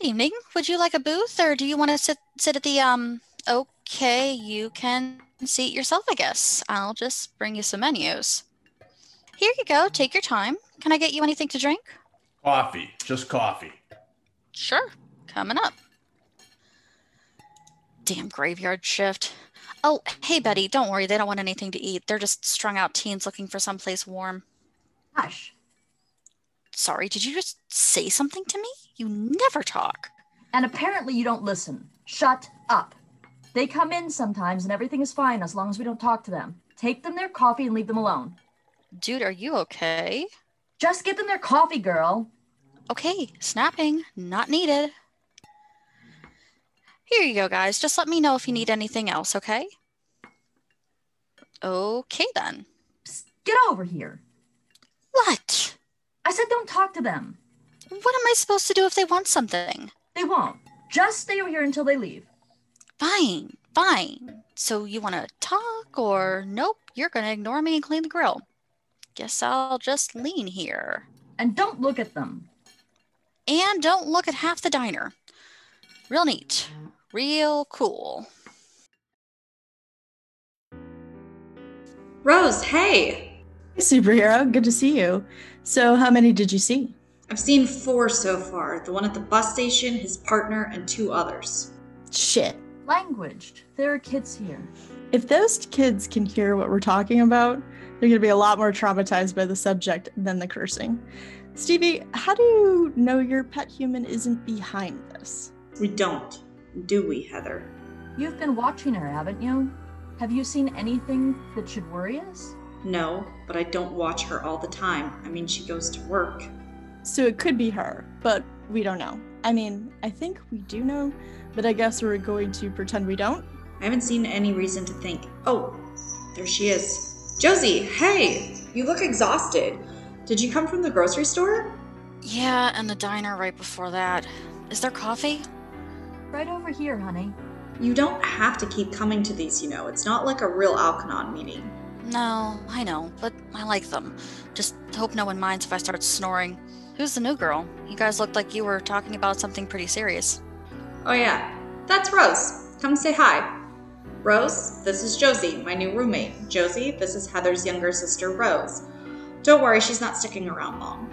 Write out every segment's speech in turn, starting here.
Good evening. Would you like a booth or do you want to sit sit at the um okay, you can seat yourself, I guess. I'll just bring you some menus. Here you go. Take your time. Can I get you anything to drink? Coffee, just coffee. Sure. Coming up. Damn graveyard shift. Oh, hey Betty, don't worry. They don't want anything to eat. They're just strung out teens looking for someplace warm. Gosh, Sorry, did you just say something to me? You never talk. and apparently you don't listen. Shut up. They come in sometimes and everything is fine as long as we don't talk to them. Take them their coffee and leave them alone. Dude, are you okay? Just get them their coffee, girl. Okay, snapping, not needed. Here you go, guys. Just let me know if you need anything else, okay? Okay, then. Psst, get over here. What? I said don't talk to them. What am I supposed to do if they want something? They won't. Just stay over here until they leave. Fine, fine. So you want to talk or nope, you're going to ignore me and clean the grill. Guess I'll just lean here. And don't look at them. And don't look at half the diner. Real neat. Real cool. Rose, hey! Hey, superhero. Good to see you. So, how many did you see? I've seen four so far the one at the bus station, his partner, and two others. Shit. Language. There are kids here. If those kids can hear what we're talking about, they're going to be a lot more traumatized by the subject than the cursing. Stevie, how do you know your pet human isn't behind this? We don't, do we, Heather? You've been watching her, haven't you? Have you seen anything that should worry us? No, but I don't watch her all the time. I mean, she goes to work. So, it could be her, but we don't know. I mean, I think we do know, but I guess we're going to pretend we don't. I haven't seen any reason to think. Oh, there she is. Josie, hey! You look exhausted. Did you come from the grocery store? Yeah, and the diner right before that. Is there coffee? Right over here, honey. You don't have to keep coming to these, you know. It's not like a real Alcanon meeting. No, I know, but I like them. Just hope no one minds if I start snoring. Who's the new girl? You guys looked like you were talking about something pretty serious. Oh, yeah. That's Rose. Come say hi. Rose, this is Josie, my new roommate. Josie, this is Heather's younger sister, Rose. Don't worry, she's not sticking around long.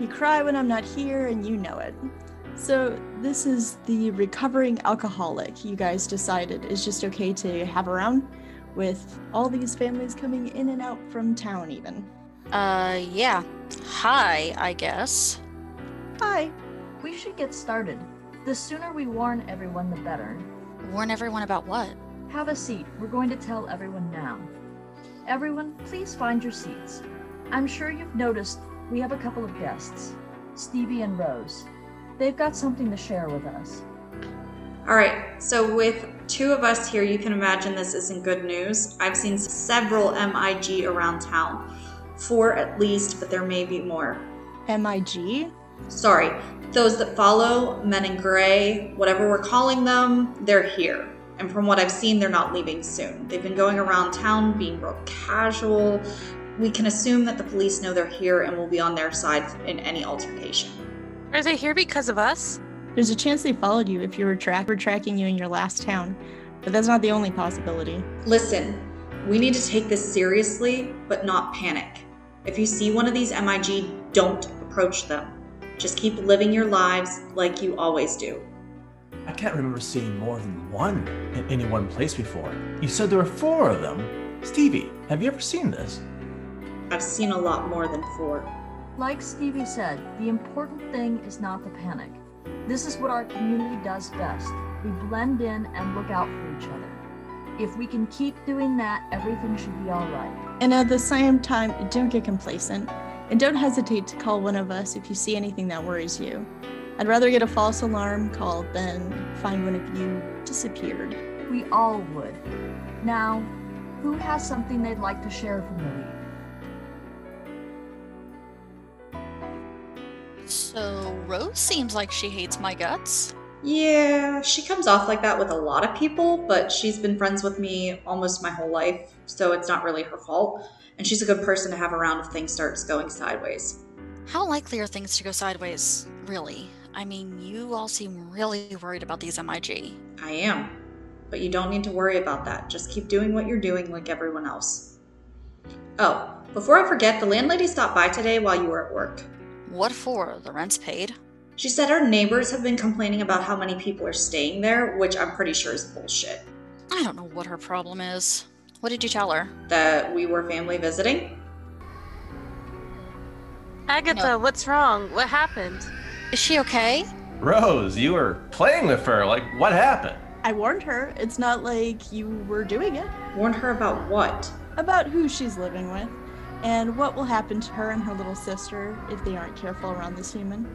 You cry when I'm not here, and you know it. So, this is the recovering alcoholic you guys decided is just okay to have around with all these families coming in and out from town, even. Uh, yeah. Hi, I guess. Bye. We should get started. The sooner we warn everyone, the better. Warn everyone about what? Have a seat. We're going to tell everyone now. Everyone, please find your seats. I'm sure you've noticed we have a couple of guests Stevie and Rose. They've got something to share with us. Alright, so with two of us here, you can imagine this isn't good news. I've seen several MIG around town. Four at least, but there may be more. MIG? Sorry, those that follow, men in gray, whatever we're calling them, they're here. And from what I've seen, they're not leaving soon. They've been going around town being real casual. We can assume that the police know they're here and will be on their side in any altercation. Are they here because of us? There's a chance they followed you if you were, track- were tracking you in your last town, but that's not the only possibility. Listen, we need to take this seriously, but not panic. If you see one of these MIG, don't approach them. Just keep living your lives like you always do. I can't remember seeing more than one in any one place before. You said there were four of them. Stevie, have you ever seen this? I've seen a lot more than four. Like Stevie said, the important thing is not to panic. This is what our community does best. We blend in and look out for each other. If we can keep doing that, everything should be all right. And at the same time, don't get complacent and don't hesitate to call one of us if you see anything that worries you. I'd rather get a false alarm call than find one of you disappeared. We all would. Now, who has something they'd like to share from the week? So, Rose seems like she hates my guts. Yeah, she comes off like that with a lot of people, but she's been friends with me almost my whole life, so it's not really her fault. And she's a good person to have around if things starts going sideways. How likely are things to go sideways, really? I mean, you all seem really worried about these MIG. I am. But you don't need to worry about that. Just keep doing what you're doing like everyone else. Oh, before I forget, the landlady stopped by today while you were at work. What for? The rent's paid. She said our neighbors have been complaining about how many people are staying there, which I'm pretty sure is bullshit. I don't know what her problem is. What did you tell her? That we were family visiting? Agatha, No. what's wrong? What happened? Is she okay? Rose, you were playing with her. Like, what happened? I warned her. It's not like you were doing it. Warned her about what? About who she's living with and what will happen to her and her little sister if they aren't careful around this human.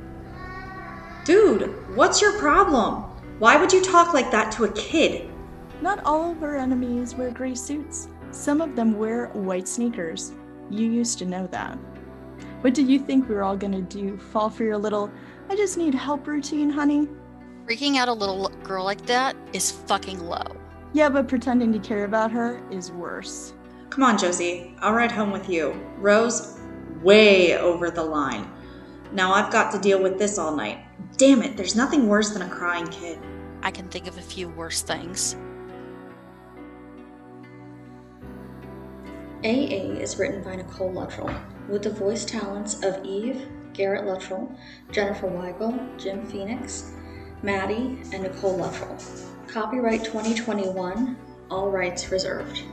Dude, what's your problem? Why would you talk like that to a kid? Not all of our enemies wear gray suits. Some of them wear white sneakers. You used to know that. What did you think we were all gonna do? Fall for your little, I just need help routine, honey? Freaking out a little girl like that is fucking low. Yeah, but pretending to care about her is worse. Come on, Josie. I'll ride home with you. Rose, way over the line. Now I've got to deal with this all night. Damn it, there's nothing worse than a crying kid. I can think of a few worse things. AA is written by Nicole Luttrell, with the voice talents of Eve, Garrett Luttrell, Jennifer Weigel, Jim Phoenix, Maddie, and Nicole Luttrell. Copyright 2021, all rights reserved.